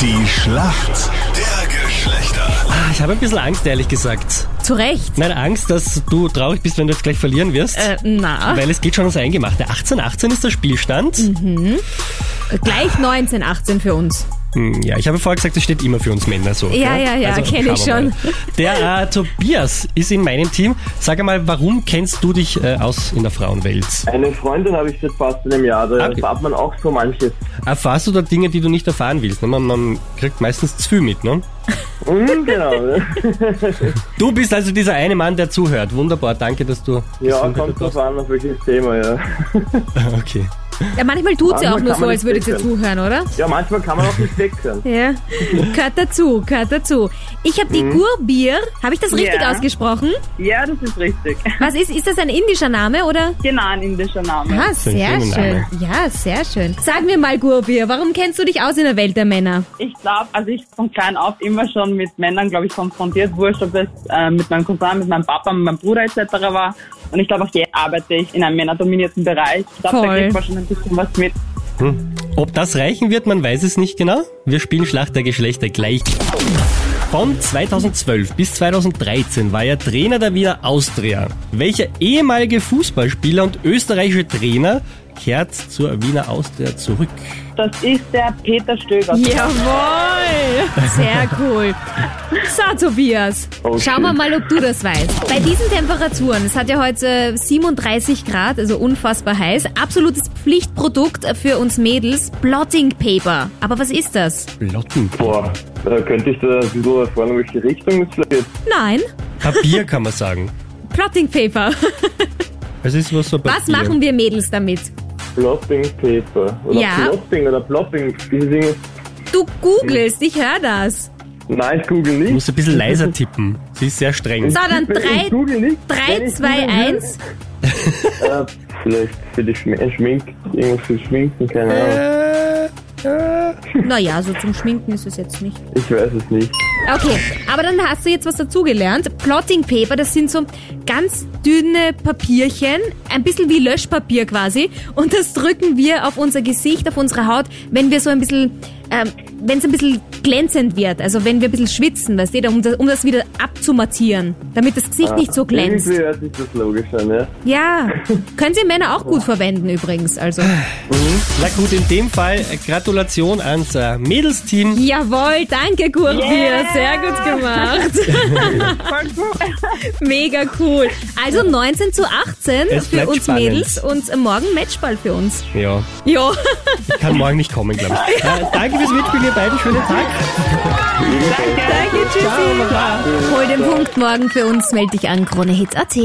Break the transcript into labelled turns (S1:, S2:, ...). S1: Die Schlacht der Geschlechter.
S2: Ah, Ich habe ein bisschen Angst, ehrlich gesagt.
S3: Zu Recht.
S2: Nein, Angst, dass du traurig bist, wenn du jetzt gleich verlieren wirst.
S3: Äh, na,
S2: Weil es geht schon ums Eingemachte. 18-18 ist der Spielstand.
S3: Mhm. gleich 19, 18 für uns.
S2: Hm, Ja, ich habe vorher gesagt, das steht immer für uns Männer so.
S3: Ja,
S2: gell? Also,
S3: ja, ja, kenn
S2: schauen
S3: ich
S2: wir
S3: schon.
S2: mal. Der äh, Tobias ist in meinem Team. Sag einmal, warum kennst du dich äh, aus in der Frauenwelt?
S4: Eine Freundin habe ich seit fast einem Jahr, da
S2: Okay.
S4: erfahrt man auch so manches.
S2: Erfahrst du da Dinge, die du nicht erfahren willst? Ne? Man, man kriegt meistens zu viel mit, ne?
S4: Mhm, genau.
S2: Du bist also dieser eine Mann, der zuhört. Wunderbar, danke, dass du...
S4: ja,
S2: dass du
S4: kommt
S2: mit dabei
S4: drauf an, auf welches Thema, ja.
S2: warst. Okay.
S3: Ja, manchmal tut sie auch
S4: Manchmal
S3: nur
S4: kann
S3: so,
S4: man
S3: als
S4: nicht
S3: würde sie
S4: wechseln.
S3: zuhören, oder?
S4: Ja, manchmal kann man auch nicht wechseln.
S3: Ja. Gehört dazu, gehört dazu. Ich habe
S4: Mhm.
S3: die Gurbier. Habe ich das richtig
S5: Ja.
S3: ausgesprochen?
S5: Ja, das ist richtig.
S3: Was ist, ist das ein indischer Name, oder?
S5: Genau, ein indischer Name.
S3: Ah,
S2: ein schöner
S3: sehr schön.
S2: Name.
S3: Ja, sehr schön. Sag mir mal, Gurbier, warum kennst du dich aus in der Welt der Männer?
S5: Ich glaube, also ich von klein auf immer schon mit Männern, glaube ich, konfrontiert, wurscht, ob es äh, mit meinem Cousin, mit meinem Papa, mit meinem Bruder etc. war. Und ich glaube, auch jetzt arbeite ich in einem männerdominierten Bereich. Ich glaube, da
S3: Voll.
S5: kriegt man schon ein bisschen was mit.
S2: Ob das reichen wird, man weiß es nicht genau. Wir spielen Schlacht der Geschlechter gleich. Von 2012 bis 2013 war er Trainer der Wiener Austria. Welcher ehemalige Fußballspieler und österreichische Trainer kehrt zur Wiener Austria zurück?
S5: Das ist der Peter Stöger.
S3: Jawohl! Sehr cool. So, Tobias,
S4: Oh,
S3: schauen wir mal, ob du das weißt. Bei diesen Temperaturen, es hat ja heute 37 Grad, also unfassbar heiß, absolutes Pflichtprodukt für uns Mädels, Blotting Paper. Aber was ist das?
S2: Blotten.
S4: Boah, da könnte ich da ein bisschen erfahren, in welche Richtung es vielleicht jetzt.
S3: Nein,
S2: Papier kann man sagen.
S3: Blotting Paper.
S2: Es ist was so Papier.
S3: Was machen wir Mädels damit?
S4: Plopping Paper. Oder
S3: Ja.
S4: Plopping oder Plopping. Diese Dinge.
S3: Du googelst, ich höre das.
S4: Nein, ich google
S2: Du
S4: nicht.
S2: musst ein bisschen leiser tippen. Sie ist sehr streng.
S3: So, dann
S4: ich
S3: 3,
S4: google nicht. Wenn
S3: 3
S4: ich
S3: 2,
S4: googeln würde,
S3: 1.
S4: Äh, vielleicht für die Schmin Schmink, irgendwas für Schminken, keine Ahnung.
S2: Äh, äh.
S3: Naja, so zum Schminken ist es jetzt nicht.
S4: Ich weiß es nicht.
S3: Okay, aber dann hast du jetzt was dazugelernt. Plotting Paper, das sind so ganz dünne Papierchen, ein bisschen wie Löschpapier quasi. Und das drücken wir auf unser Gesicht, auf unsere Haut, wenn wir so ein bisschen, ähm, wenn es ein bisschen glänzend wird. Also wenn wir ein bisschen schwitzen, weißt du, um das, um das wieder abzumattieren, damit das Gesicht nicht so glänzt.
S4: Irgendwie hört sich das logisch an, ja.
S3: Ja, können sie Männer auch gut verwenden übrigens. Also
S2: Na gut, in dem Fall äh, Gratulation ans äh, Mädelsteam.
S3: Jawohl, danke Gurbier, sehr gut gemacht. Mega cool. Also 19 zu 18
S2: Es
S3: für
S2: bleibt
S3: uns
S2: spannend.
S3: Mädels und morgen Matchball für uns.
S2: Ja.
S3: Jo.
S2: Ich kann morgen nicht kommen, glaube ich. Äh, danke fürs Mitspielen, ihr beiden. Schönen Tag.
S3: Danke, tschüssi. Hol den Punkt morgen für uns, melde dich an kronehits.at.